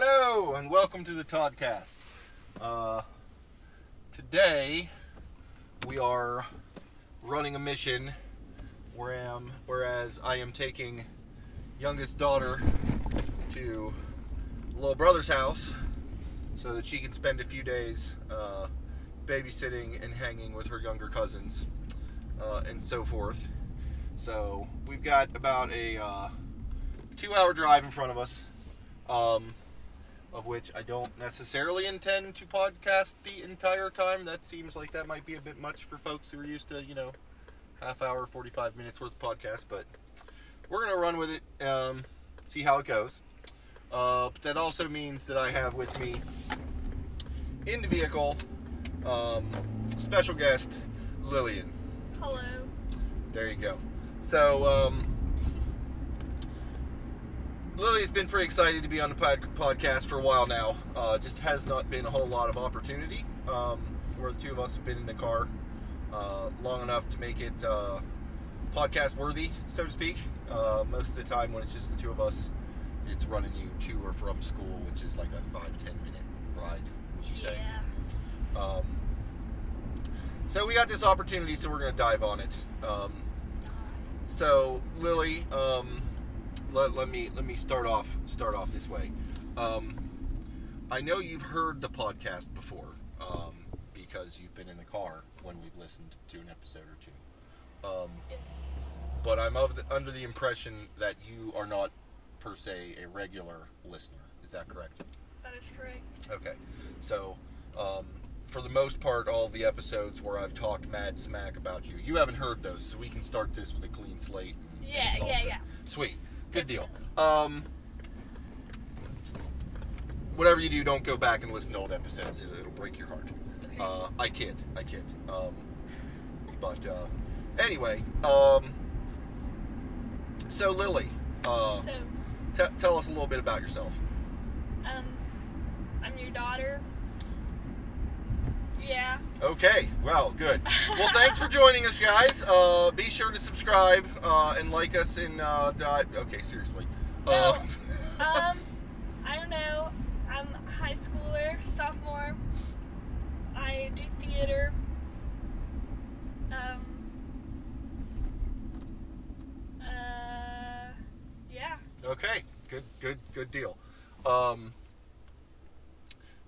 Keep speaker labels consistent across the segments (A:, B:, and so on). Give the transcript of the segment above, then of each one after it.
A: and welcome to the Toddcast. Uh, today, we are running a mission where I am, whereas I am taking youngest daughter to little brother's house so that she can spend a few days uh, babysitting and hanging with her younger cousins uh, and so forth. So we've got about a uh, two-hour drive in front of us, um, of which I don't necessarily intend to podcast the entire time. That seems like that might be a bit much for folks who are used to, you know, half hour, forty-five minutes worth of podcast. But we're gonna run with it, um, see how it goes. Uh, but that also means that I have with me in the vehicle um, special guest Lillian.
B: Hello.
A: There you go. So, um, Lily's been pretty excited to be on the pod- podcast for a while now. Uh, just has not been a whole lot of opportunity. Um, where the two of us have been in the car uh, long enough to make it uh, podcast worthy, so to speak. Uh, most of the time, when it's just the two of us, it's running you to or from school, which is like a five ten minute ride. Would you say?
B: Yeah.
A: Um, so we got this opportunity, so we're going to dive on it. Um,
B: Uh,
A: so Lily, um, let, let me let me start off start off this way. Um, I know you've heard the podcast before um, because you've been in the car when we've listened to an episode or two. Um,
B: Yes.
A: but I'm of the, under the impression that you are not per se a regular listener. Is that correct?
B: That is correct.
A: Okay. So, um, for the most part, all the episodes where I've talked mad smack about you, you haven't heard those, so we can start this with a clean slate. and- and
B: Yeah,
A: it's all
B: yeah,
A: good.
B: yeah.
A: Sweet. Good deal. Um, whatever you do, don't go back and listen to old episodes. It, it'll break your heart.
B: Okay.
A: Uh, I kid. I kid. Um, but, uh, anyway, um, so Lily, uh,
B: so,
A: te- tell us a little bit about yourself.
B: um, I'm your daughter. Yeah.
A: Okay, well, good. Well, thanks for joining us, guys. Uh, be sure to subscribe uh, and like us. And uh, di- okay, seriously. Uh,
B: Um, I don't know. I'm a high schooler, sophomore. I do theater. Um. Uh. Yeah.
A: okay, good, good, good deal. Um,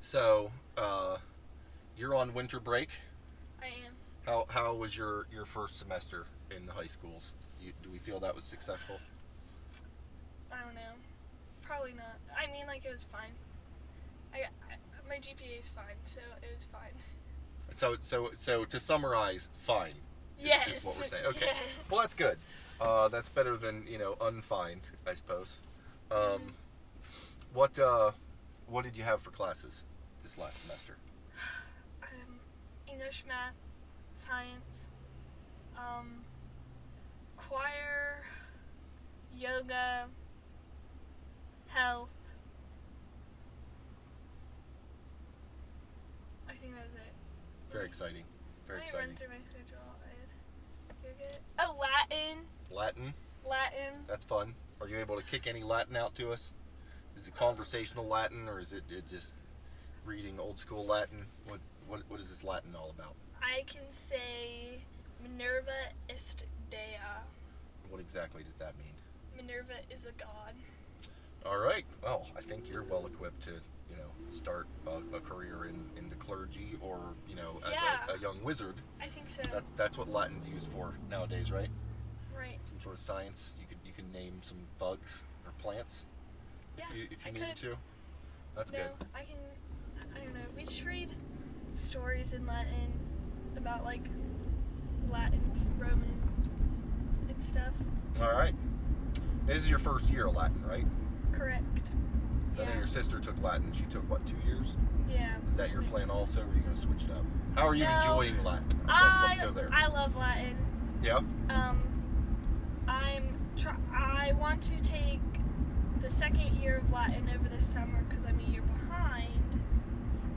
A: so uh, you're on winter break.
B: I am.
A: How how was your your first semester in the high schools? You, do we feel that was successful?
B: I don't know. Probably not. I mean, like it was fine. I, I my GPA is fine, so it was fine.
A: So so so to summarize, fine. is-
B: yes.
A: Is what we're saying. Okay.
B: Yeah.
A: Well, that's good. Uh, that's better than you know unfined, I suppose. Um, what uh, what did you have for classes this last semester?
B: Um, English, math, science, um, choir, yoga, health. I think that was it.
A: Very exciting. Very
B: Let me
A: exciting.
B: run through my schedule. I had yoga. Oh, Latin.
A: Latin.
B: Latin.
A: That's fun. Are you able to kick any Latin out to us? Is it conversational Latin or is it, it just reading old school Latin? What what what is this Latin all about?
B: I can say Minerva est dea.
A: What exactly does that mean?
B: Minerva is a god.
A: All right. Well, I think you're well equipped to, you know, start a, a career in, in the clergy or, you know, as
B: Yeah.
A: a, a young wizard.
B: I think so.
A: That's that's what Latin's used for nowadays, right?
B: right.
A: Some sort of science. You could you can name some bugs or plants
B: Yeah.
A: if you, if
B: I
A: you needed
B: could.
A: to. That's
B: no,
A: good.
B: I can. I don't know. We just read stories in Latin about like Latins, Romans, and stuff.
A: All right. This is your first year of Latin, right?
B: Correct.
A: I know
B: Yeah.
A: your sister took Latin. She took what two years?
B: Yeah.
A: Is that your
B: Like-
A: plan also? Or are you going to switch it up? How are you
B: No. Uh,
A: enjoying Latin? Let's,
B: I,
A: let's go there.
B: I love Latin.
A: yeah.
B: Um, I'm. Try- I want to take the second year of Latin over the summer because I'm a year behind,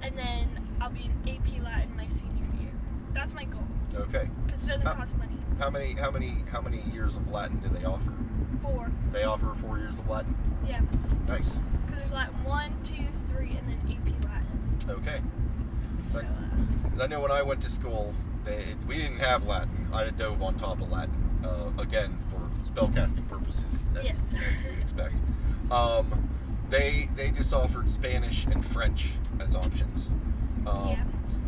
B: and then I'll be in AP Latin my senior year. That's my goal
A: Okay.
B: because it doesn't
A: Uh,
B: cost money.
A: How many how many how many years of Latin do they offer?
B: Four.
A: They offer four years of Latin.
B: Yeah,
A: Nice.
B: because there's Latin one, two, three, and AP Latin.
A: Okay.
B: So, uh,
A: Like- 'Cause I know when I went to school, they, we didn't have Latin. I dove on top of Latin uh, again for spellcasting purposes. That's
B: Yes.
A: what you expect. Um, they they just offered Spanish and French as options, um,
B: Yeah.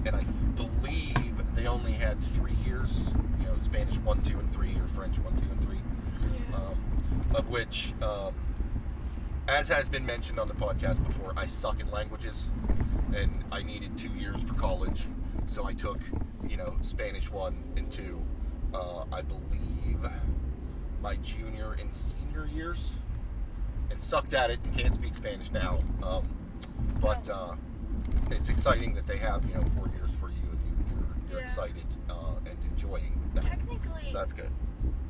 A: and I th- believe they only had three years. You know, Spanish one, two, and three, or French one, two, and three.
B: yeah.
A: Um, of which, um, as has been mentioned on the podcast before, I suck at languages, and I needed two years for college, so I took, you know, Spanish one and two. Uh, I believe my junior and senior years, and sucked at it and can't speak Spanish now. Um, but uh, it's exciting that they have, you know, four years for you, and you, you're, you're
B: Yeah.
A: excited uh, and enjoying that.
B: Technically,
A: So that's good.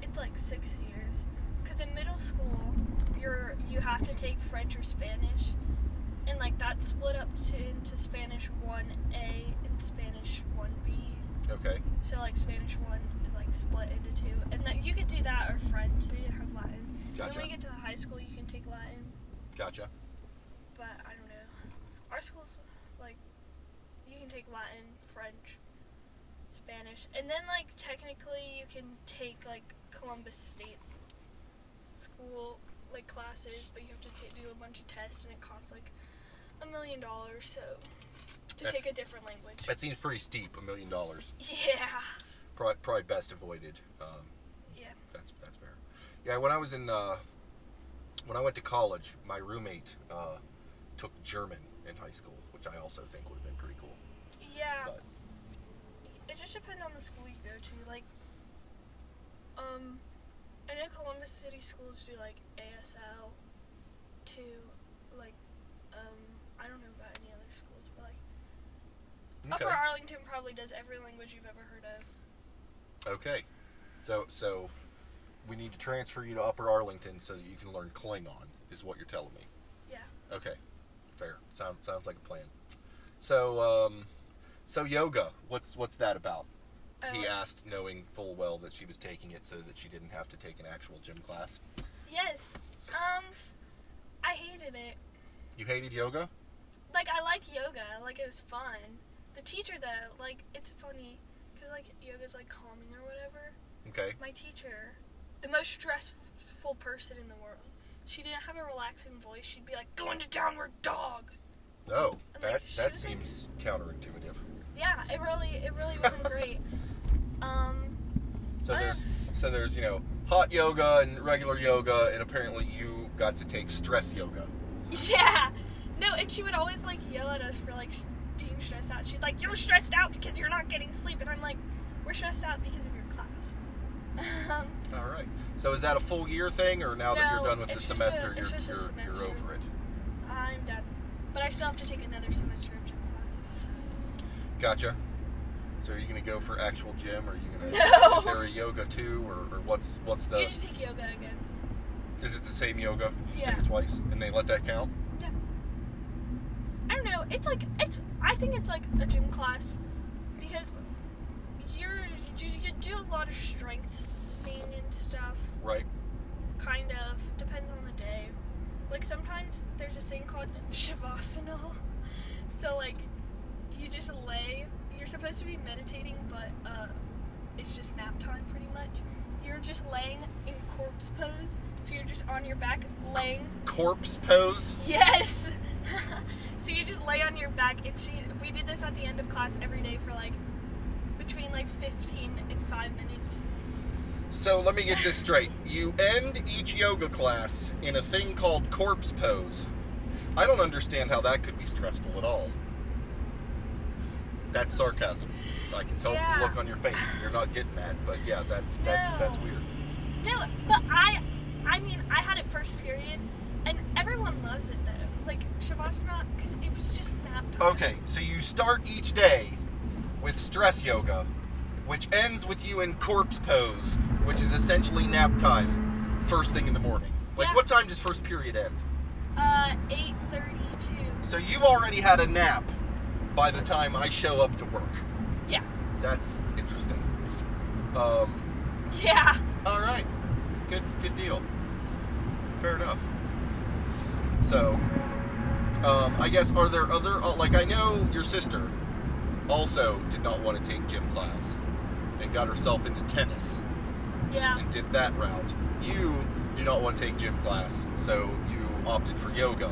B: it's like six years. Because in middle school, you're you have to take French or Spanish, and like that's split up to, into Spanish one A and Spanish one B.
A: Okay.
B: So like Spanish one is like split into two, and that you could do that or French. They didn't have Latin. Then
A: Gotcha.
B: when you get to the high school, you can take Latin,
A: Gotcha.
B: but I don't know. Our school's like you can take Latin, French, Spanish, and then like technically you can take like Columbus State school like classes, but you have to ta do a bunch of tests, and it costs like a million dollars. So to
A: That's-
B: take a different language.
A: That seems pretty steep, a million dollars.
B: Yeah.
A: Probably, probably best avoided. Um,
B: Yeah.
A: that's that's fair. Yeah, when I was in uh, when I went to college, my roommate uh, took German in high school, which I also think would have been pretty cool.
B: Yeah.
A: But
B: It just depends on the school you go to. Like, um, I know Columbus City schools do like ASL to like, um, I don't know about any other schools, but like
A: okay,
B: Upper Arlington probably does every language you've ever heard of.
A: okay. So so we need to transfer you to Upper Arlington so that you can learn Klingon, is what you're telling me.
B: Yeah.
A: Okay, fair. Sounds sounds like a plan. So um, so yoga. What's what's that about? He
B: Um,
A: asked, knowing full well that she was taking it so that she didn't have to take an actual gym class.
B: Yes. Um, I hated it.
A: You hated yoga?
B: like I like yoga, like it was fun. The teacher though, like it's funny because like yoga's like calming or whatever.
A: Okay.
B: My teacher, the most stressful person in the world, she didn't have a relaxing voice. She'd be like, "Go into downward dog."
A: No,
B: I'm
A: that
B: like, should I
A: that
B: take-
A: seems counterintuitive.
B: Yeah, it really, it really wasn't great. Um,
A: So
B: I-
A: there's so there's you know hot yoga and regular yoga, and apparently you got to take stress yoga.
B: yeah, no, and she would always like yell at us for like sh- being stressed out. She's like, "You're stressed out because you're not getting sleep," and I'm like, "We're stressed out because of your class." um,
A: All right. So is that a full year thing, or now that
B: No,
A: you're done with the
B: it's just
A: semester,
B: a- it's
A: you're,
B: just a
A: you're,
B: semester.
A: you're over it?
B: I'm done. But I still have to take another semester of gym classes.
A: Gotcha. So are you gonna go for actual gym, or are you gonna
B: No.
A: is there a yoga too, or, or what's what's the
B: you just take yoga again.
A: is it the same yoga? You just
B: Yeah.
A: take it twice, and they let that count.
B: Yeah. I don't know. It's like it's. I think it's like a gym class because you're you, you do a lot of strength thing and stuff.
A: Right.
B: Kind of depends on the day. Like sometimes there's this thing called shavasana. So like you just lay. You're supposed to be meditating, but uh, it's just nap time pretty much. You're just laying in corpse pose, so you're just on your back laying.
A: Corpse pose.
B: Yes. so you just lay on your back, and she. We did this at the end of class every day for like between like 15 and five minutes.
A: So let me get this straight. You end each yoga class in a thing called corpse pose. I don't understand how that could be stressful at all. That's sarcasm. I can tell from
B: Yeah.
A: the look on your face that you're not getting that, but yeah, that's that's
B: No.
A: that's weird.
B: No, but I, I mean, I had it first period, and everyone loves it though. Like shavasana, because it was just nap time.
A: Okay, so you start each day with stress yoga, which ends with you in corpse pose, which is essentially nap time first thing in the morning. Like
B: Yeah.
A: what time does first period end?
B: Uh, 8:32.
A: So you've already had a nap by the time I show up to work.
B: Yeah.
A: That's interesting. Um,
B: Yeah.
A: all right, good good deal. Fair enough. So, Um, I guess are there other uh, like I know your sister also did not want to take gym class and got herself into tennis
B: Yeah.
A: and did that route. You do not want to take gym class, so you opted for yoga,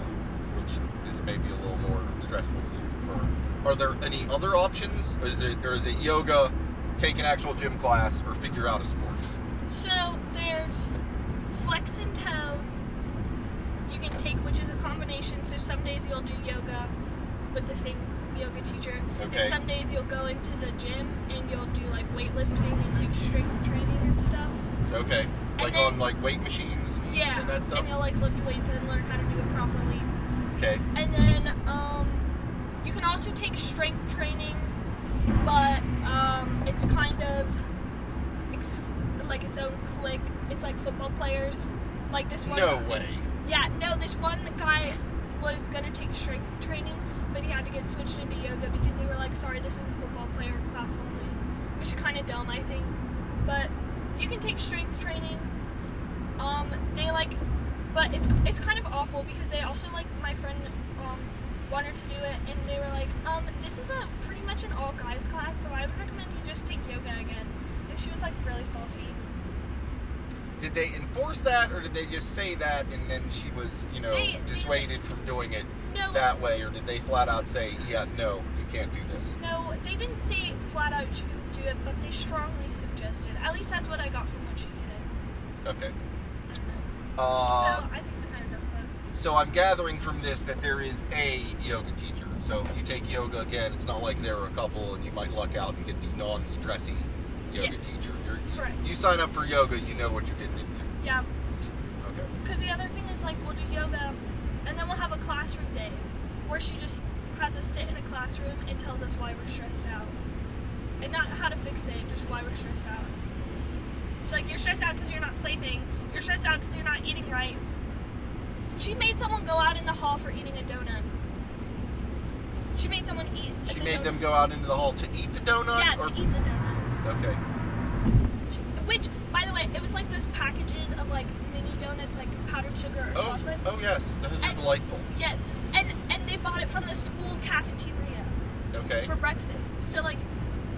A: which is maybe a little more stressful to you for. Are there any other options? Is it or is it yoga, take an actual gym class, or figure out a sport?
B: So there's flex and toe you can take, which is a combination. So some days you'll do yoga with the same yoga teacher,
A: Okay.
B: and some days you'll go into the gym and you'll do like weightlifting and like strength training and stuff.
A: Okay, like
B: then-
A: on like weight machines and-
B: Yeah,
A: and that stuff.
B: you'll like lift weights and learn how to do it properly.
A: Okay,
B: And then um, you can also take strength training, but um, it's kind of ex- like its own clique. It's like football players. Like this one.
A: no way.
B: Yeah, no, this one guy was gonna take strength training, but he had to get switched into yoga because they were like, sorry, this is a football player class only. Which is kind of dumb, I think. But you can take strength training. Um, they like, but it's it's kind of awful because they also like my friend um wanted to do it, and they were like, um, this is a pretty much an all guys class, so I would recommend you just take yoga again. And she was like really salty.
A: Did they enforce that, or did they just say that, and then she was, you know,
B: They-
A: dissuaded from doing it
B: No,
A: that way, or did they flat out say, "Yeah, no, you can't do this"?
B: No, they didn't say flat out she couldn't do it, but they strongly suggested. At least that's what I got from what she said.
A: Okay.
B: I don't know.
A: Uh,
B: so I think it's kind of dumb. But
A: So I'm gathering from this that there is a yoga teacher. So if you take yoga again, it's not like there are a couple and you might luck out and get the non-stressy yoga
B: Yes.
A: teacher. You're, you,
B: Correct.
A: you sign up for yoga, you know what you're getting into.
B: yeah,
A: Okay.
B: because the other thing is like we'll do yoga, and then we'll have a classroom day where she just has us sit in a classroom and tells us why we're stressed out, and not how to fix it, just why we're stressed out. She's like, you're stressed out because you're not sleeping. You're stressed out because you're not eating right. She made someone go out in the hall for eating a donut. She made someone eat. at
A: She
B: the
A: made
B: donut-
A: them go out into the hall to eat the donut.
B: Yeah,
A: or,
B: to eat the donut.
A: Okay.
B: She- Which, by the way, it was like those packages of like mini donuts, like powdered sugar or
A: Oh,
B: chocolate.
A: oh yes, those are
B: And-
A: delightful.
B: Yes, and and they bought it from the school cafeteria
A: Okay.
B: for breakfast. So like,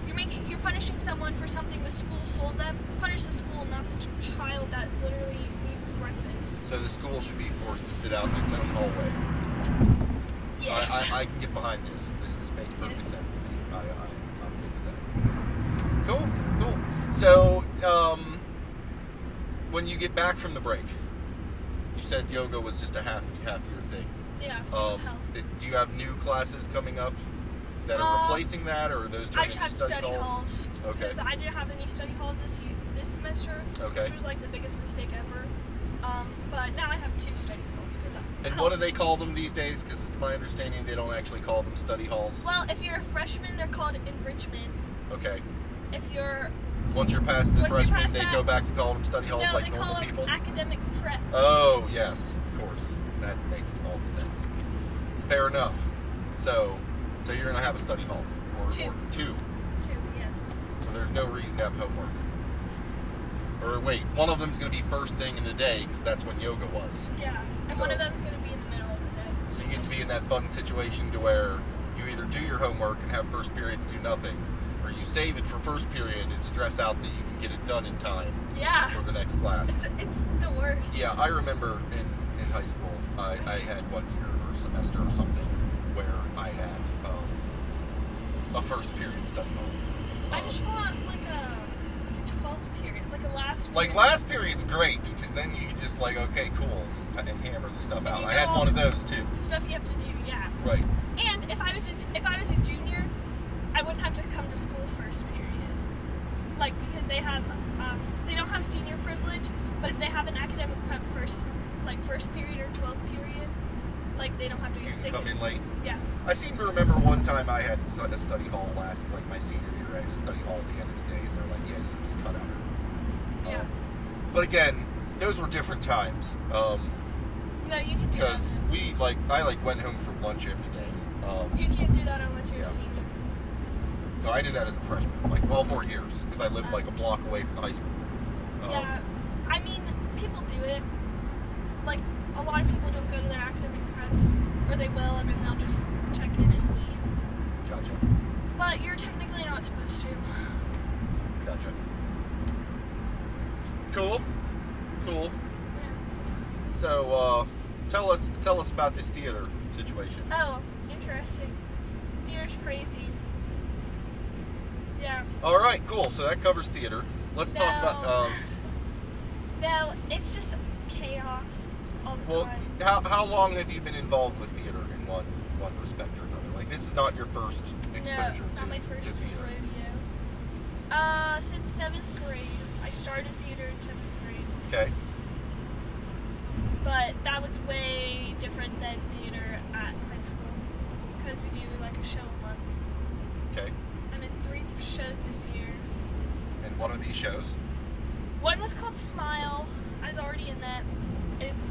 B: you're making you're punishing someone for something the school sold them. Punish the school, not the ch- child that literally needs breakfast.
A: So the school should be forced to sit out in its own hallway.
B: Yes.
A: I, I, I can get behind this. This, this makes perfect
B: Yes.
A: sense to me. I, I, I'm good with that. Cool, cool. So, um, when you get back from the break, you said yoga was just a half half year thing.
B: yeah. So
A: Um,
B: health.
A: it- do you have new classes coming up that are
B: Um,
A: replacing that, or are those
B: I
A: turning
B: just
A: into
B: have study
A: halls?
B: halls uh,
A: Okay.
B: because I didn't have any study halls this year, this semester,
A: Okay.
B: which was like the biggest mistake ever. Um, but now I have two study halls because.
A: And what do they call them these days? Because it's my understanding they don't actually call them study halls.
B: Well, if you're a freshman, they're called enrichment.
A: Okay.
B: If you're
A: Once you're past the
B: Once you're
A: freshman,
B: past
A: they
B: that-
A: go back to calling them study halls
B: no,
A: like
B: they
A: normal
B: call them
A: people.
B: academic prep.
A: Oh, yes, of course. That makes all the sense. Fair enough. So, so you're going to have a study hall or
B: Two.
A: or two.
B: Two, yes.
A: So there's no reason to have homework. Or wait, one of them's going to be first thing in the day because that's when yoga was.
B: Yeah, and
A: So-
B: one of them's gonna be in the middle of the day.
A: So you get to be in that fun situation to where you either do your homework and have first period to do nothing, or you save it for first period and stress out that you can get it done in time
B: Yeah,
A: for the next class.
B: it's, it's the worst.
A: Yeah, I remember in, in high school, I, I had one year or semester or something where I had um, a first period study hall.
B: I just want like a like a twelfth period, like a last.
A: like last period's great because then you can just like okay, cool, and, and hammer the stuff
B: And
A: out.
B: you
A: I had
B: know-
A: one of those too.
B: stuff you have to do. Yeah,
A: Right.
B: and if I was a, if I was a junior, I wouldn't have to come to school first period. Like because they have um, they don't have senior privilege, but if they have an academic prep first like first period or twelfth period, like they don't have to.
A: You
B: they
A: can come in late.
B: Yeah.
A: I seem to remember one time I had stu- a study hall last, like my senior year. I had a study hall at the end of the day, and they're like, "Yeah, you just cut out." early."
B: Yeah.
A: Um, but again, those were different times. Um,
B: No, you can do that.
A: because we like I like went home for lunch every day. Um,
B: You can't do that unless you're
A: Yeah.
B: a senior.
A: no, I did that as a freshman, like all four years, because I lived like a block away from high school. Um,
B: yeah. I mean, people do it. Like a lot of people don't go to their academic preps. or they will, and then they'll just check in and leave.
A: Gotcha.
B: But you're technically not supposed to.
A: Gotcha. Cool. Cool.
B: Yeah.
A: So, uh, tell us tell us about this theater situation.
B: Oh, interesting. Theater's crazy. Yeah.
A: All right, cool. So that covers theater. Let's talk about
B: No.
A: um,
B: No, it's just chaos all the
A: well,
B: time.
A: how, how long have you been involved with theater in one one respect or another? Like this is not your first exposure
B: no,
A: to,
B: not my
A: to
B: first
A: theater.
B: rodeo. Uh, since seventh grade, I started theater in seventh grade,
A: Okay.
B: but that was way different than theater at high school because we do like a show a month.
A: Okay.
B: I'm in three th- shows this year.
A: And one of these shows.
B: One was called Smile. I was already in that. It's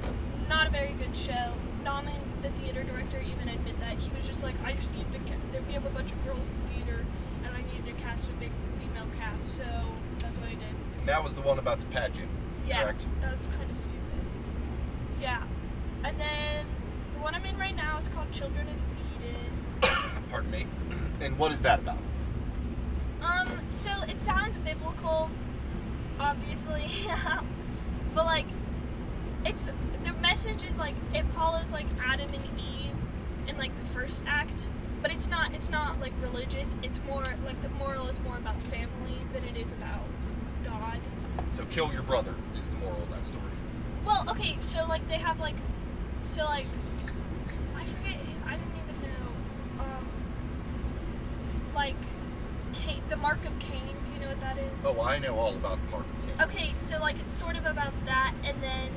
B: not a very good show. Nauman, the theater director, even admit that he was just like, I just needed to. Ca- that we have a bunch of girls in theater, and I needed to cast a big female cast, so that's what I did.
A: And that was the one about the pageant.
B: Yeah,
A: Correct.
B: that was kind of stupid. Yeah, and then the one I'm in right now is called Children of Eden.
A: Pardon me. And what is that about?
B: Um, so it sounds biblical, obviously, but like, it's the message is like it follows like Adam and Eve in like the first act, but it's not it's not like religious. It's more like the moral is more about family than it is about God.
A: So kill your brother is the moral of that story.
B: Well, okay, so like they have like, so like, I forget. I don't even know. Um, like, Cain, the mark of Cain. Do you know what that is?
A: Oh, I know all about the Mark of Cain.
B: Okay, so like it's sort of about that, and then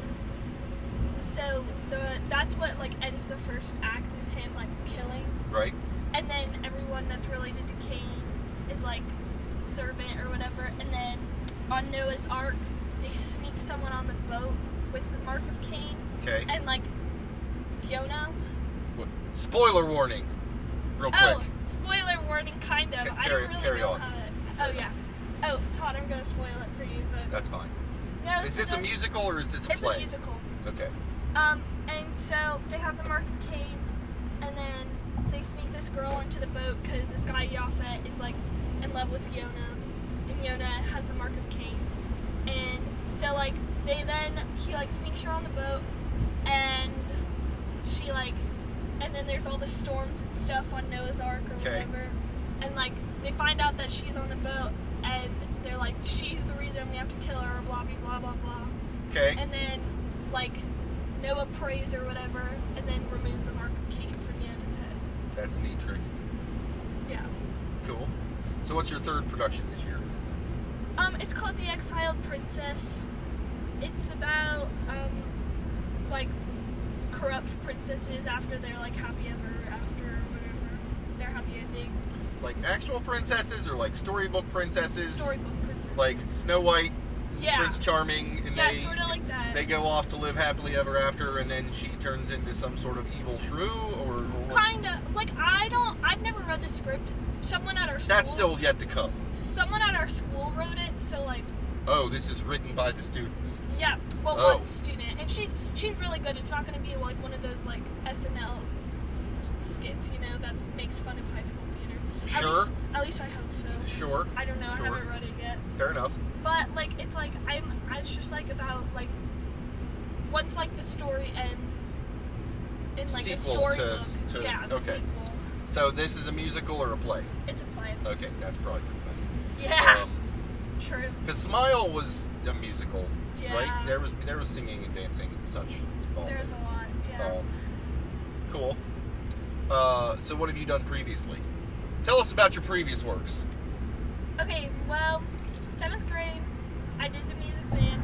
B: so the that's what like ends the first act is him like killing,
A: Right.
B: and then everyone that's related to Cain is like servant or whatever, and then on Noah's Ark they sneak someone on the boat with the mark of Cain,
A: Okay.
B: and like Yonah.
A: What- Spoiler warning. Real
B: Oh,
A: quick.
B: spoiler warning, kind of.
A: Ca-
B: I
A: carry-
B: don't really
A: carry
B: know
A: on.
B: how to. Oh yeah. Oh, Todd, I'm gonna spoil it for you, but
A: That's fine.
B: no.
A: Uh, Is
B: so
A: this a
B: the-
A: musical or is this a
B: It's
A: play?
B: a musical.
A: Okay.
B: Um, and so they have the mark of Cain, and then they sneak this girl into the boat because this guy Yafet is like in love with Yona, and Yona has the mark of Cain, and so like they then he like sneaks her on the boat, and she like, and then there's all the storms and stuff on Noah's Ark or
A: Okay.
B: whatever, and like they find out that she's on the boat, and they're like she's the reason we have to kill her, blah blah blah blah blah
A: Okay.
B: and then like Noah prays or whatever, and then removes the mark of Cain from Yana's head.
A: That's a neat trick.
B: Yeah.
A: Cool. So what's your third production this year?
B: Um, it's called The Exiled Princess. It's about um, like corrupt princesses after they're like happy ever after or whatever. Their happy ending.
A: Like actual princesses or like storybook princesses?
B: Storybook princesses.
A: Like Snow White,
B: Yeah.
A: Prince Charming, and
B: yeah,
A: they
B: sort of like that.
A: they go off to live happily ever after, and then she turns into some sort of evil shrew or. or what?
B: kind of like I don't. I've never read the script. Someone at our school.
A: That's still yet to come.
B: Someone at our school wrote it, so like
A: Oh, this is written by the students.
B: Yeah, well,
A: Oh.
B: one student, and she's she's really good. It's not going to be like one of those like SNL s- skits, you know, that makes fun of high school theater. At
A: Sure.
B: least, at least I hope so.
A: Sure.
B: I don't know.
A: Sure.
B: I haven't read it yet.
A: Fair enough.
B: But like, it's like I'm. It's just like about like once like the story ends in like
A: Sequel
B: a
A: to-
B: storybook.
A: to-
B: yeah, the
A: okay.
B: sequel.
A: So this is a musical or a play?
B: It's a play.
A: Okay, that's probably for the best.
B: Yeah,
A: Uh, Um,
B: true.
A: Because Smile was a musical,
B: Yeah.
A: right? There was there was singing and dancing and such involved.
B: There's
A: in
B: a lot.
A: it.
B: Yeah.
A: Um, cool. Uh, so what have you done previously? Tell us about your previous works.
B: Okay. Well, seventh grade, I did the music band.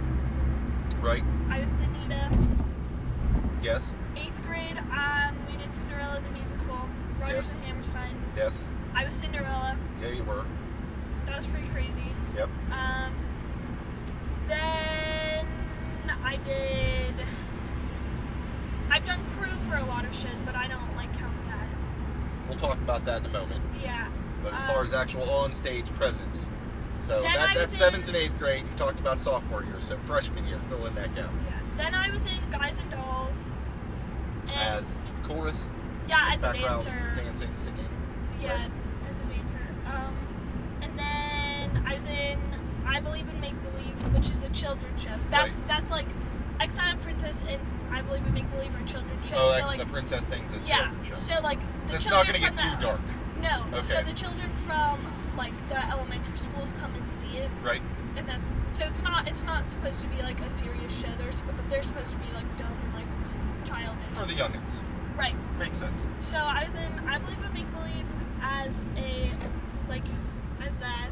A: Right?
B: I was Anita.
A: Yes.
B: Eighth grade, um, we did Cinderella the musical, Rogers
A: Yes.
B: and Hammerstein.
A: Yes.
B: I was Cinderella.
A: Yeah, you were.
B: That was pretty crazy.
A: Yep.
B: Um, then I did. I've done crew for a lot of shows, but I don't like count that.
A: We'll talk about that in a moment.
B: Yeah.
A: But as far
B: Um,
A: as actual on-stage presence, so
B: Then
A: that,
B: I
A: that's
B: did-
A: seventh and eighth grade. You talked about sophomore year, so freshman year, fill in that gap.
B: Yeah. Then I was in Guys and Dolls. And-
A: as chorus,
B: Yeah, as a
A: background
B: dancer.
A: dancing, singing.
B: Yeah,
A: right?
B: as a dancer. Um, and then I was in I Believe in Make Believe, which is the children's show. That's
A: Right.
B: that's like Exiled Princess and I Believe in Make Believe are children's shows.
A: Oh, that's
B: so like
A: the princess thing's a
B: yeah,
A: children's show.
B: so like the
A: so it's not
B: children
A: going to get
B: from
A: too
B: the,
A: dark,
B: No, so
A: Okay.
B: the children from like the elementary schools come and see it,
A: right?
B: and that's so it's not it's not supposed to be like a serious show. They're sp- they're supposed to be like dumb and like childish,
A: For the youngins,
B: right?
A: makes sense.
B: So I was in I believe in make believe as a like as that.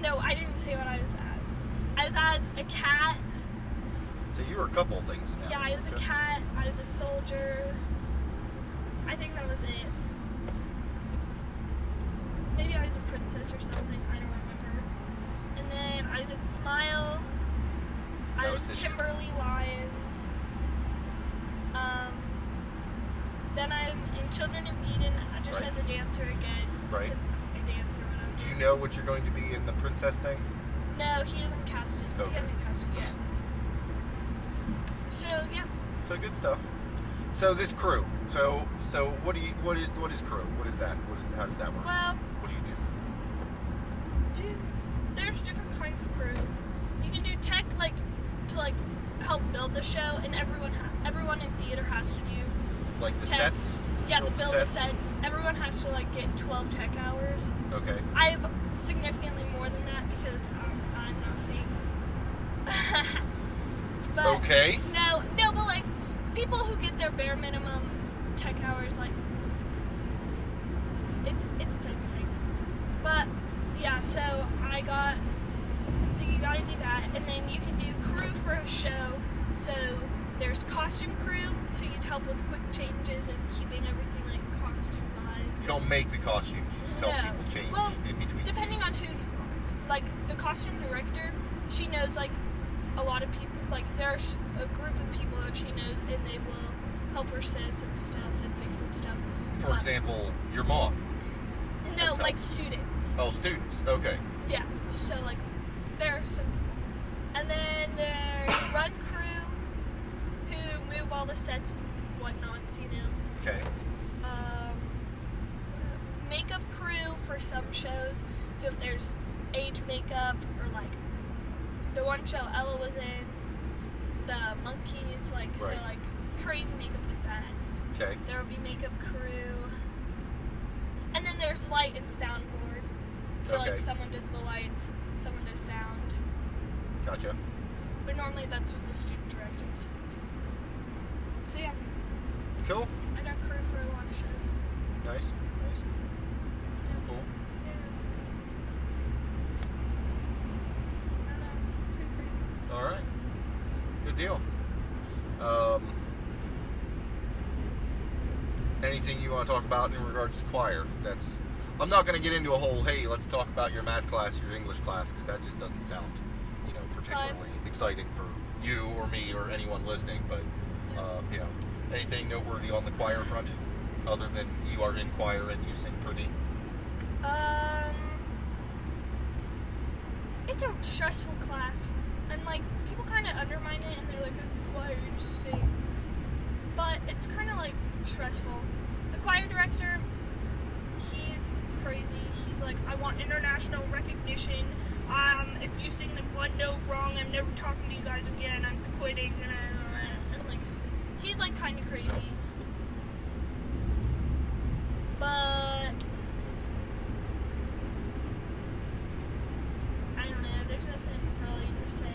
B: No, I didn't say what I was as. I was as a cat.
A: So you were a couple of things in that.
B: Yeah, I was a
A: Okay.
B: cat. I was a soldier. I think that was it. Maybe I was a princess or something. I don't remember. And then I was at Smile. I
A: That
B: was
A: was this year.
B: Kimberly Lyons. Um, then I'm in Children of Eden uh, just
A: Right.
B: as a dancer again.
A: Right.
B: 'cause I dance or whatever.
A: Do you know what you're going to be in the princess thing?
B: No, he doesn't cast it.
A: Okay.
B: He hasn't cast it yet. So yeah.
A: So good stuff. So this crew. So so what do you what is what is crew? What is that? What is, how does that work?
B: Well.
A: what do you do?
B: do there's different kinds of crew. You can do tech like to like help build the show, and everyone ha- everyone in theater has to do
A: Like the
B: Tech.
A: sets?
B: yeah
A: Build
B: the build the sets. Everyone has to like get 12 tech hours.
A: Okay.
B: I have significantly more than that because um, I'm not fake. but
A: okay.
B: no, no, but like people who get their bare minimum tech hours, like it's it's its own thing. But yeah, so I got so you gotta do that, and then you can do crew for a show. So there's costume crew, so you'd help with quick changes and keeping everything like costume wise.
A: You don't make the costumes. You just help
B: No.
A: people change
B: Well,
A: in between.
B: Depending on who, like the costume director, she knows like a lot of people. Like there's a group of people that she knows, and they will help her say some stuff and fix some stuff.
A: scenes. For
B: But-
A: example, your mom.
B: no,
A: that's
B: like
A: help.
B: students.
A: Oh, students. Okay.
B: Yeah. So like there are some people, and then there's run crew who move all the sets and whatnot. You know.
A: Okay.
B: um, makeup crew for some shows. So if there's age makeup or like the one show Ella was in, the monkeys, like so
A: Right.
B: like crazy makeup like that.
A: Okay.
B: There will be makeup crew, and then there's light and soundboard. So
A: Okay.
B: like someone does the lights, someone does sound,
A: Gotcha.
B: but normally that's with the student directors. So yeah,
A: Cool.
B: I got crew for a lot of shows.
A: Nice. Nice. Cool. All right. Good deal. Um, anything you want to talk about in regards to choir? That's. I'm not going to get into a whole. Hey, let's talk about your math class, your English class, because that just doesn't sound, you know, particularly exciting for you or me or anyone listening. But um, you know, anything noteworthy on the choir front, other than you are in choir and you sing pretty.
B: Um, it's a stressful class, and like people kind of undermine it, and they're like, "It's choir, you just sing." But it's kind of like stressful. The choir director, he's crazy. He's like, "I want international recognition. Um, if you sing the one note wrong, I'm never talking to you guys again. I'm quitting." And like, he's like kind of crazy. But I don't know. There's nothing really to say.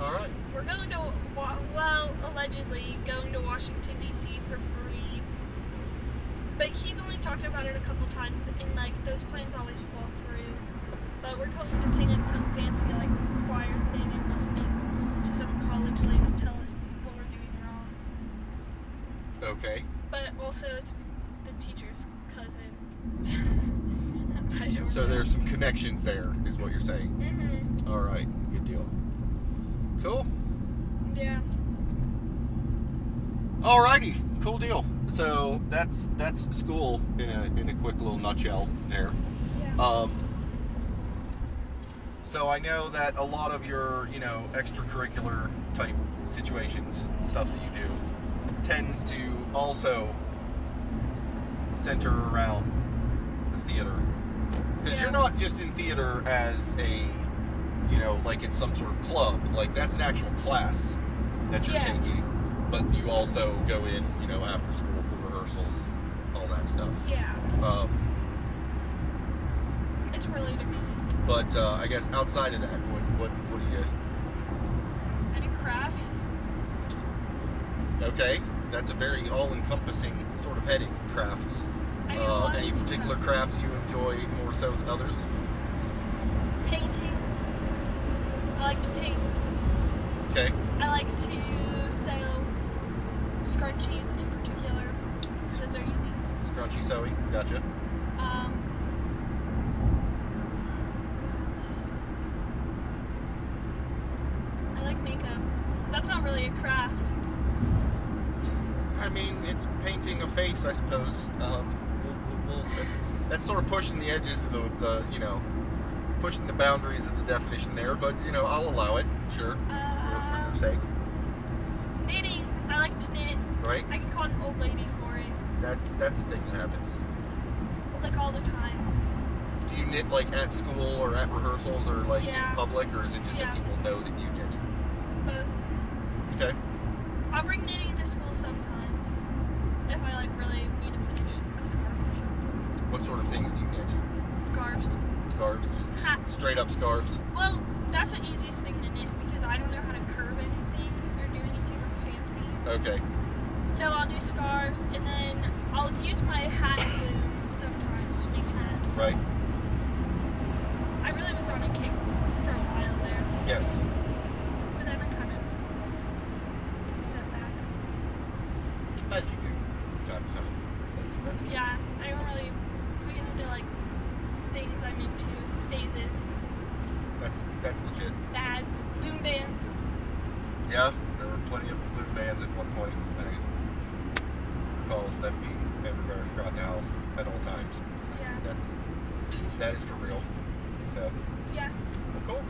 A: All right.
B: We're going to, wa- well, allegedly going to Washington D.C. for free. But he's only talked about it a couple times, and like those plans always fall through. But we're going to sing at some fancy like choir thing and listening to some college lady tell us what we're doing wrong.
A: Okay.
B: But also, it's the teacher's cousin. I don't
A: So
B: know.
A: there's some connections there, is what you're saying.
B: Mhm.
A: All right. Good deal. Cool.
B: Yeah.
A: Alrighty, cool deal. So that's that's school in a in a quick little nutshell there.
B: Yeah.
A: Um, so I know that a lot of your you know extracurricular type situations stuff that you do tends to also center around the theater. Because
B: Yeah.
A: you're not just in theater as a, you know, like it's some sort of club. Like that's an actual class that you're
B: Yeah.
A: taking. But you also go in, you know, after school for rehearsals and all that stuff.
B: Yeah,
A: Um,
B: it's really to me.
A: but uh, I guess outside of that, what what what do you?
B: I do crafts.
A: Okay, that's a very all-encompassing sort of heading. Crafts.
B: I do a
A: Uh,
B: lot
A: any
B: of
A: particular
B: stuff.
A: crafts you enjoy more so than others?
B: Painting. I like to paint.
A: Okay.
B: I like to sell scrunchies in particular because those are easy.
A: Scrunchy sewing. Gotcha.
B: Um, I like makeup. That's not really a craft.
A: I mean, it's painting a face, I suppose. Um, we'll, we'll, we'll, that's sort of pushing the edges of the, the, you know, pushing the boundaries of the definition there. But you know, I'll allow it. Sure, for, for
B: Uh,
A: your sake,
B: knitting. I like to knit.
A: right?
B: I get called an old lady for it,
A: That's that's a thing that happens.
B: like all the time.
A: Do you knit like at school or at rehearsals or like
B: Yeah.
A: in public, or is it just
B: Yeah.
A: that people know that you knit?
B: Both.
A: Okay.
B: I'll bring knitting to school sometimes if I like really need to finish a scarf or something.
A: What sort of things do you knit?
B: Scarves.
A: Scarves, just s-
B: Ha.
A: straight up scarves.
B: Well, that's the easiest thing to knit because I don't know how to curve anything or do anything fancy.
A: Okay.
B: So I'll do scarves and then I'll use my hat loom sometimes to make hats.
A: Right.
B: I really was on a kick for a while there,
A: Yes.
B: but then I kind of took a step back.
A: As you do from time to time. That's, that's, that's
B: Yeah, I don't really get into like things I'm into, phases,
A: That's that's legit.
B: fads, loom bands.
A: Yeah, there were plenty of balloon bands at one point. I recall them being everywhere throughout the house at all times. That's,
B: Yeah.
A: that's that is for real. So,
B: Yeah.
A: well, cool.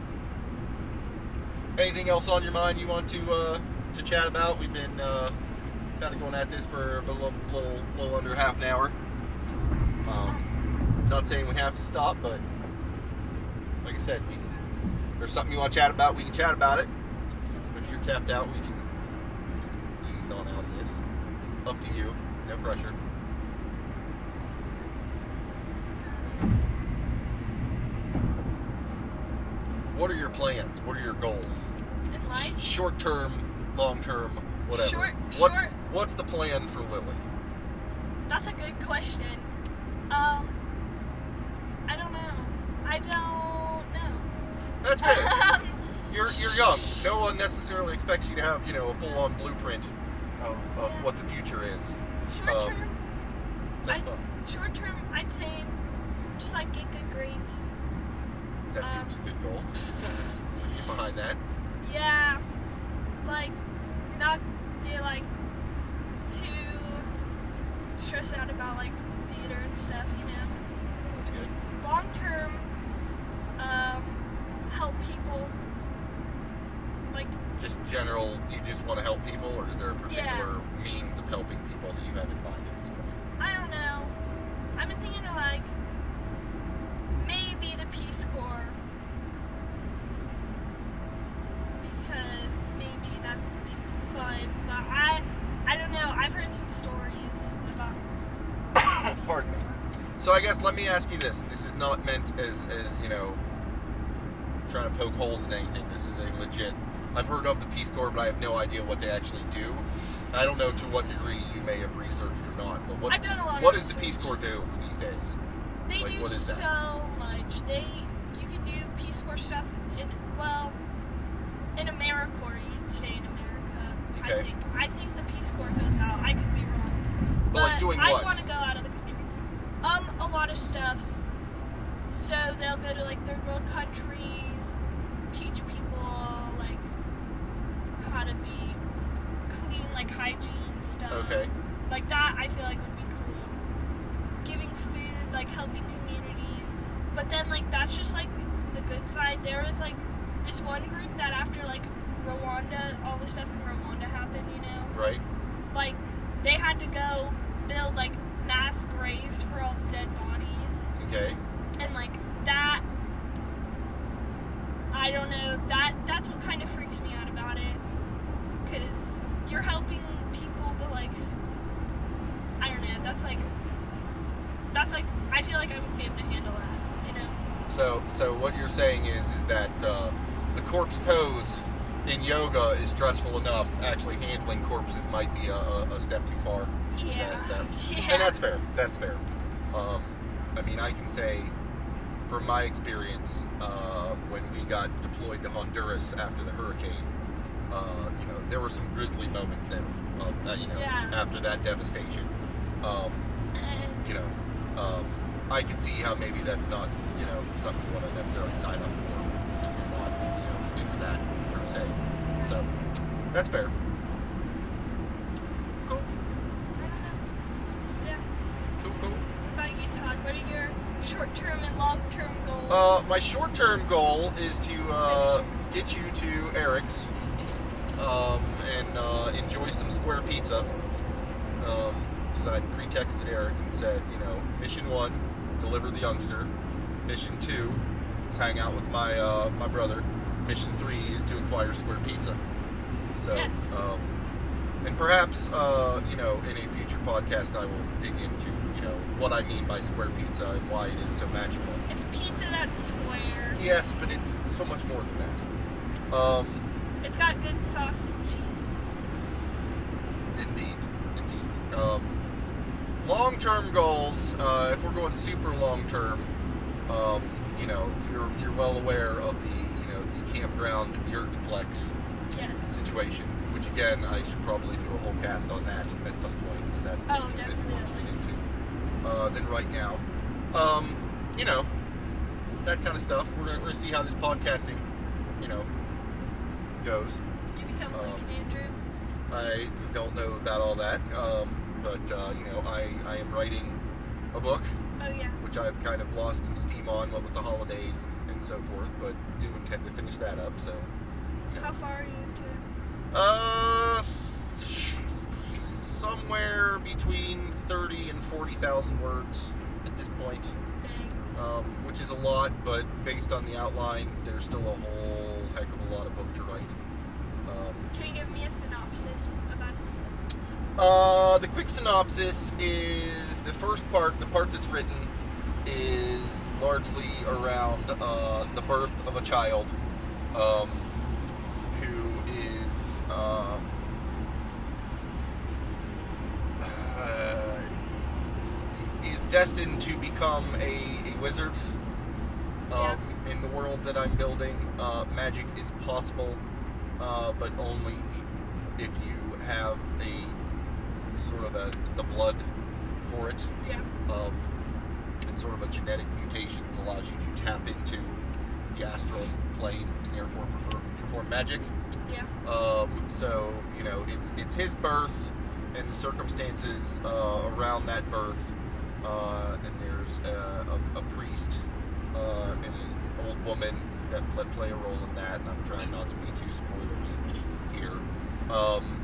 A: Anything else on your mind you want to uh, to chat about? We've been uh, kind of going at this for a little little, little under half an hour. Um, not saying we have to stop, but like I said, we can. If there's something you want to chat about, we can chat about it. If you're tapped out, we can, we can ease on out of this. Up to you. No pressure. What are your plans? What are your goals?
B: In life,
A: Short term, long term, whatever.
B: Short-
A: what's
B: short-
A: what's the plan for Lily?
B: that's a good question. Um, I don't know. I don't know.
A: That's good.
B: Um,
A: you're you're young. No one necessarily expects you to have you know a full on blueprint of, of
B: Yeah.
A: what the future is.
B: short
A: Um,
B: term,
A: That's
B: I-
A: fine.
B: short term, I'd say just like get good grades.
A: That
B: um,
A: seems a good goal. Get behind that.
B: Yeah, like not get like too stressed out about like theater and stuff, you know.
A: That's good.
B: Long term, um, help people. Like
A: Just general, you just want to help people, or is there a particular means of helping people that you have in mind at this point?
B: I don't know. I've been thinking of like maybe the Peace Corps because maybe that's fun. But I, I don't know. I've heard some stories about. the Peace
A: Pardon me.
B: Corps.
A: So I guess let me ask you this, and this is not meant as as you know, trying to poke holes in anything. This is a legit. I've heard of the Peace Corps, but I have no idea what they actually do. I don't know to what degree you may have researched or not, but what
B: I've done a lot of
A: what does the
B: research.
A: Peace Corps do these days?
B: They
A: Like,
B: do
A: what is that?
B: so much. They you can do Peace Corps stuff in well in AmeriCorps. You can stay in America. I
A: Okay.
B: think I think the Peace Corps goes out. I could be wrong.
A: But, like, doing
B: I
A: what?
B: want to go out of the country. Um, a lot of stuff. So they'll go to like third world countries, teach people like how to be clean, like hygiene stuff.
A: Okay.
B: Like that, I feel like would be cool giving food, like helping communities. But then like that's just like the, the good side. There was like this one group that after like Rwanda, all the stuff in Rwanda happened, you know,
A: Right?
B: like they had to go build like mass graves for all the dead bodies
A: Okay.
B: and like that i don't know that that's what kind of freaks me out about it because you're helping people but like i don't know that's like that's like i feel like i would be able to handle that you know
A: So, so what you're saying is, is that uh, the corpse pose in yoga is stressful enough. Actually, handling corpses might be a, a, a step too far. Is that-
B: yeah
A: is that-
B: yeah
A: And that's fair. That's fair. Um, I mean, I can say from my experience uh, when we got deployed to Honduras after the hurricane, uh, you know, there were some grisly moments there. Of, uh, you know,
B: Yeah.
A: after that devastation. Um,
B: and,
A: you know, um, I can see how maybe that's not, you know, something you want to necessarily sign up for if you're not, you know, into that per se. So that's fair. Cool,
B: I don't know. yeah
A: cool, cool.
B: what about you todd what are your short-term and long-term goals
A: Uh, my short-term goal is to uh, get you to Eric's um, and uh, enjoy some square pizza. Um, so I pre-texted Eric and said, you know, mission one, deliver the youngster. Mission two is hang out with my uh, my brother. Mission three is to acquire square pizza. So,
B: Yes.
A: um, and perhaps uh, you know, in a future podcast, I will dig into you know what I mean by square pizza and why it is so magical.
B: it's pizza that's square
A: Yes, but it's so much more than that. Um,
B: it's got good sauce and cheese
A: indeed, indeed. Um, long-term goals. Uh, if we're going super long-term, um, you know, you're you're well aware of the you know the campground yurtplex
B: yes
A: situation, which again I should probably do a whole cast on that at some point because that's
B: Oh,
A: maybe a bit
B: definitely.
A: more tuned into uh, than right now. Um, you know, that kind of stuff. We're gonna, we're gonna see how this podcasting, you know, goes.
B: you become like
A: Um,
B: andrew
A: I don't know about all that, um, but uh, you know, I, I am writing a book,
B: Oh yeah.
A: which I've kind of lost some steam on, what with the holidays and, and so forth, but do intend to finish that up. So, you know.
B: How far are you to it?
A: uh, sh- somewhere between thirty and forty thousand words at this point,
B: Dang.
A: um, which is a lot, but based on the outline, there's still a whole heck of a lot of book to write. Um,
B: Can you give me a synopsis about it?
A: Uh, the quick synopsis is the first part, the part that's written, is largely around uh, the birth of a child um, who is. Um, uh, is destined to become a, a wizard um, in the world that I'm building. Uh, magic is possible, uh, but only if you have a sort of a the blood for it.
B: Yeah.
A: Um, it's sort of a genetic mutation that allows you to tap into the astral plane and therefore prefer, perform magic.
B: Yeah.
A: Um, so you know, it's it's his birth and the circumstances uh, around that birth. Uh, and there's uh, a, a priest uh, and an old woman that play, play a role in that. And I'm trying not to be too spoilery here. Um,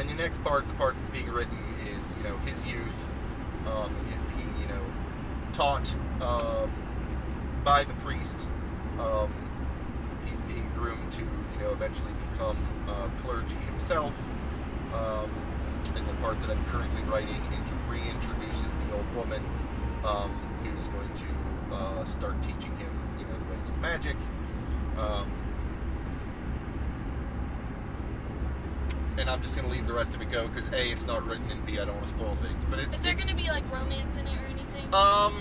A: and the next part, the part that's being written, is you know his youth um, and his being you know taught um, by the priest. Um, he's being groomed to, you know, eventually become uh, clergy himself. Um, and the part that I'm currently writing int- reintroduces the old woman um, who's going to uh, start teaching him, you know, the ways of magic. Um, and I'm just going to leave the rest of it go because A, it's not written, and B, I don't want to spoil things. But it's
B: Is there
A: it's-
B: gonna be like romance in it or anything?
A: um,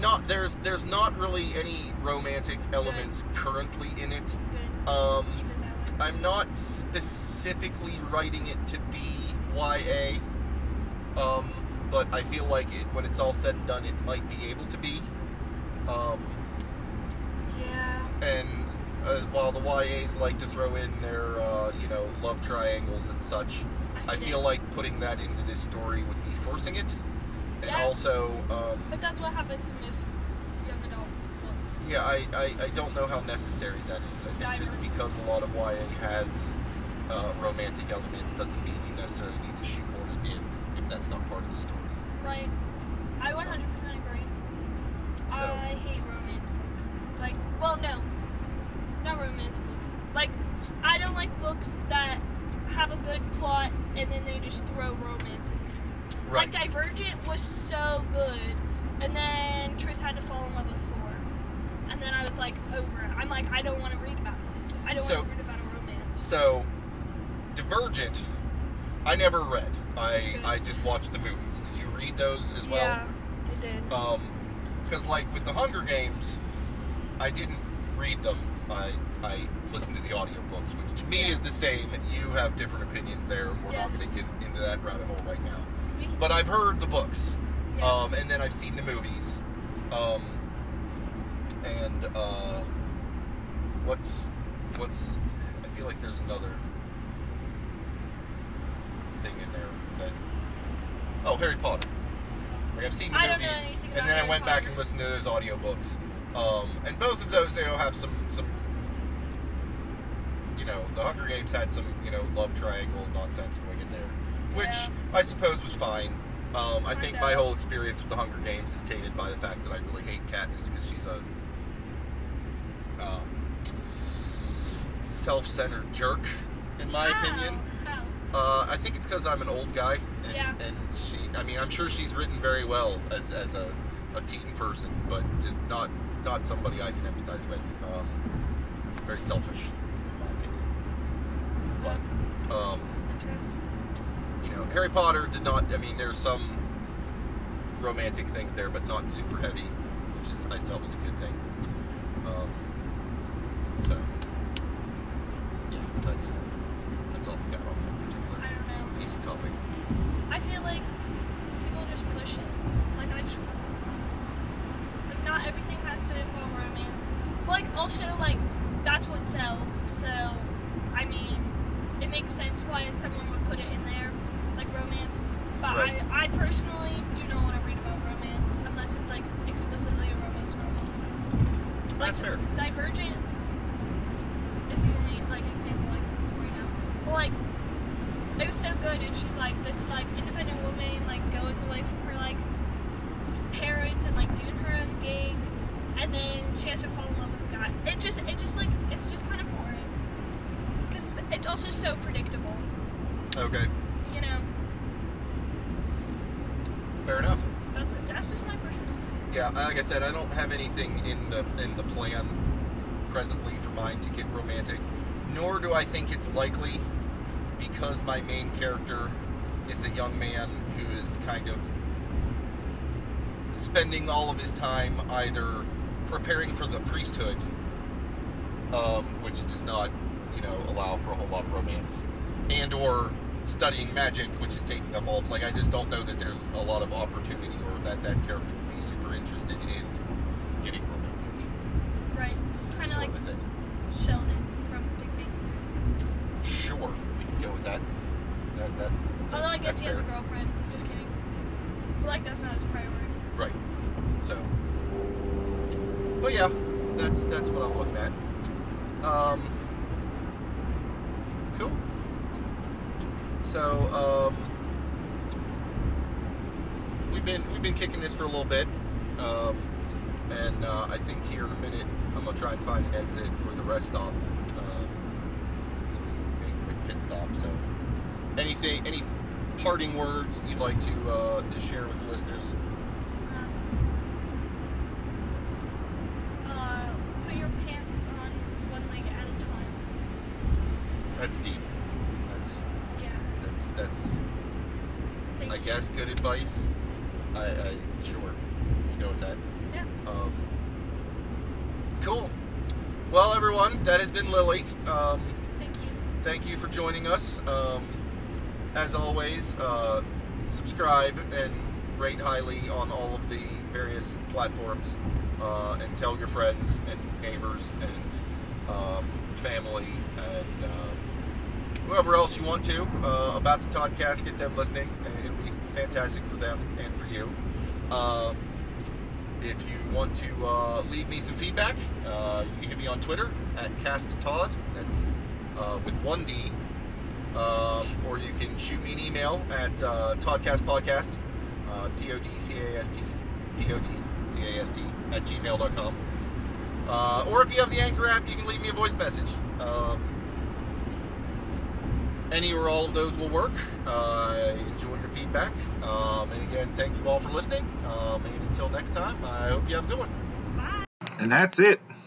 A: not there's there's not really any romantic
B: Mm-hmm.
A: elements currently in it.
B: Good.
A: Um,
B: Keep it that way.
A: I'm not specifically writing it to be YA, um, but I feel like it when it's all said and done, it might be able to be. Um,
B: Yeah.
A: and uh, while the YAs like to throw in their uh, you know love triangles and such, I
B: hate
A: feel
B: it.
A: like putting that into this story would be forcing it, and
B: Yeah.
A: also um,
B: But that's what happens in most young adult books.
A: Yeah, I, I, I don't know how necessary that is. I think just
B: Diver.
A: because a lot of YA has uh, romantic elements doesn't mean you necessarily need to shoehorn it in if that's not part of the story.
B: Right. I 100% agree.
A: So-
B: Uh, I hate romance books. Like, well, no. Not romance books. Like, I don't like books that have a good plot and then they just throw romance in there.
A: Right.
B: Like, Divergent was so good, and then Tris had to fall in love with four. And then I was like, over it. I'm like, I don't want to read about this. I don't
A: So-
B: want to read about a romance.
A: So, Divergent, I never read. I,
B: Okay.
A: I just watched the movies. Did you read those as well? Um,
B: yeah, I did.
A: because like with the Hunger Games, I didn't read them. I I listened to the audiobooks, which to me is the same. You have different opinions there, and we're
B: Yes.
A: not going to get into that rabbit hole right now.
B: We can-
A: But I've heard the books,
B: Yeah.
A: um, and then I've seen the movies. Um, and uh, what's what's I feel like there's another thing in there that oh Harry Potter. Like I've seen the
B: I don't
A: movies,
B: know anything
A: and
B: about
A: then I
B: Harry
A: went back
B: Potter.
A: and listened to those audiobooks. Um, and both of those, you know, have some some. You know, the Hunger Games had some you know love triangle nonsense going in there, which
B: Yeah.
A: I suppose was fine. Um, I
B: Kind
A: think my
B: of.
A: whole experience with the Hunger Games is tainted by the fact that I really hate Katniss because she's a um, self-centered jerk, in my
B: How?
A: opinion.
B: How?
A: Uh, I think it's because I'm an old guy, and,
B: Yeah.
A: and she. I mean, I'm sure she's written very well as, as a, a teen person, but just not not somebody I can empathize with. Um, very selfish, in my opinion. But um,
B: Interesting.
A: you know, Harry Potter did not. I mean, there's some romantic things there, but not super heavy, which is I felt was a good thing. Um, so yeah, that's that's all I've got on that particular
B: I don't know.
A: piece of topic.
B: I feel like people just push it. Like I just like not everything has to involve romance. But like also like that's what sells. So I mean, it makes sense why someone would put it in there, like romance. But
A: Right.
B: I, I personally do not want to read about romance unless it's like explicitly a romance novel.
A: That's fair.
B: Divergent is the only like example I can think of right now. But like it was so good and she's like this like independent woman like going away from her like parents and like doing her own gig and then she has to fall in love with a guy. It just it just like it's just kind of boring. Cuz it's also so predictable,
A: Okay,
B: you know.
A: fair enough.
B: That's that's just my personal.
A: Yeah, like I said, I don't have anything in the in the plan presently for mine to get romantic. Nor do I think it's likely because my main character is a young man who is kind of spending all of his time either preparing for the priesthood, um, which does not, you know, allow for a whole lot of romance, and or studying magic, which is taking up all. Like, I just don't know that there's a lot of opportunity or that that character would be super interested in getting romantic.
B: Right. It's kind of
A: So
B: like
A: with it.
B: Sheldon from Big Bang Theory.
A: Sure, we can go with that. That that.
B: Although I
A: that's-
B: guess
A: that's
B: he has a
A: fair.
B: girlfriend. Just kidding. But like that's not his priority.
A: Right. So. But yeah, that's that's what I'm looking at. Um. Cool. So um. We've been we've been kicking this for a little bit, um, and uh, I think here in a minute I'm gonna try and find an exit for the rest stop. Um, so we can make a quick pit stop. So anything any parting words you'd like to uh, to share with the listeners?
B: Um, uh, put your pants on one leg at a time.
A: That's deep. That's
B: Yeah.
A: that's that's
B: Thank
A: I
B: you.
A: guess good advice. I, I sure you go with that.
B: Yeah.
A: Um, cool. Well, everyone, that has been Lily. Um,
B: Thank you.
A: thank you for joining us. Um, as always, uh, subscribe and rate highly on all of the various platforms, uh, and tell your friends and neighbors and um, family and uh, whoever else you want to uh, about the podcast. Get them listening, and it'll be fantastic for them and for you. Um, if you want to uh, leave me some feedback, uh, you can hit me on Twitter at Cast Todd. That's uh, with one D. Um, or you can shoot me an email at uh, toddcastpodcast, uh, T-O-D-C-A-S-T, T-O-D-C-A-S-T, at gmail.com. Uh, or if you have the Anchor app, you can leave me a voice message. Um, any or all of those will work. Uh, enjoy your feedback. Um, and again, thank you all for listening. Um, and until next time, I hope you have a good one.
B: Bye.
A: And that's it.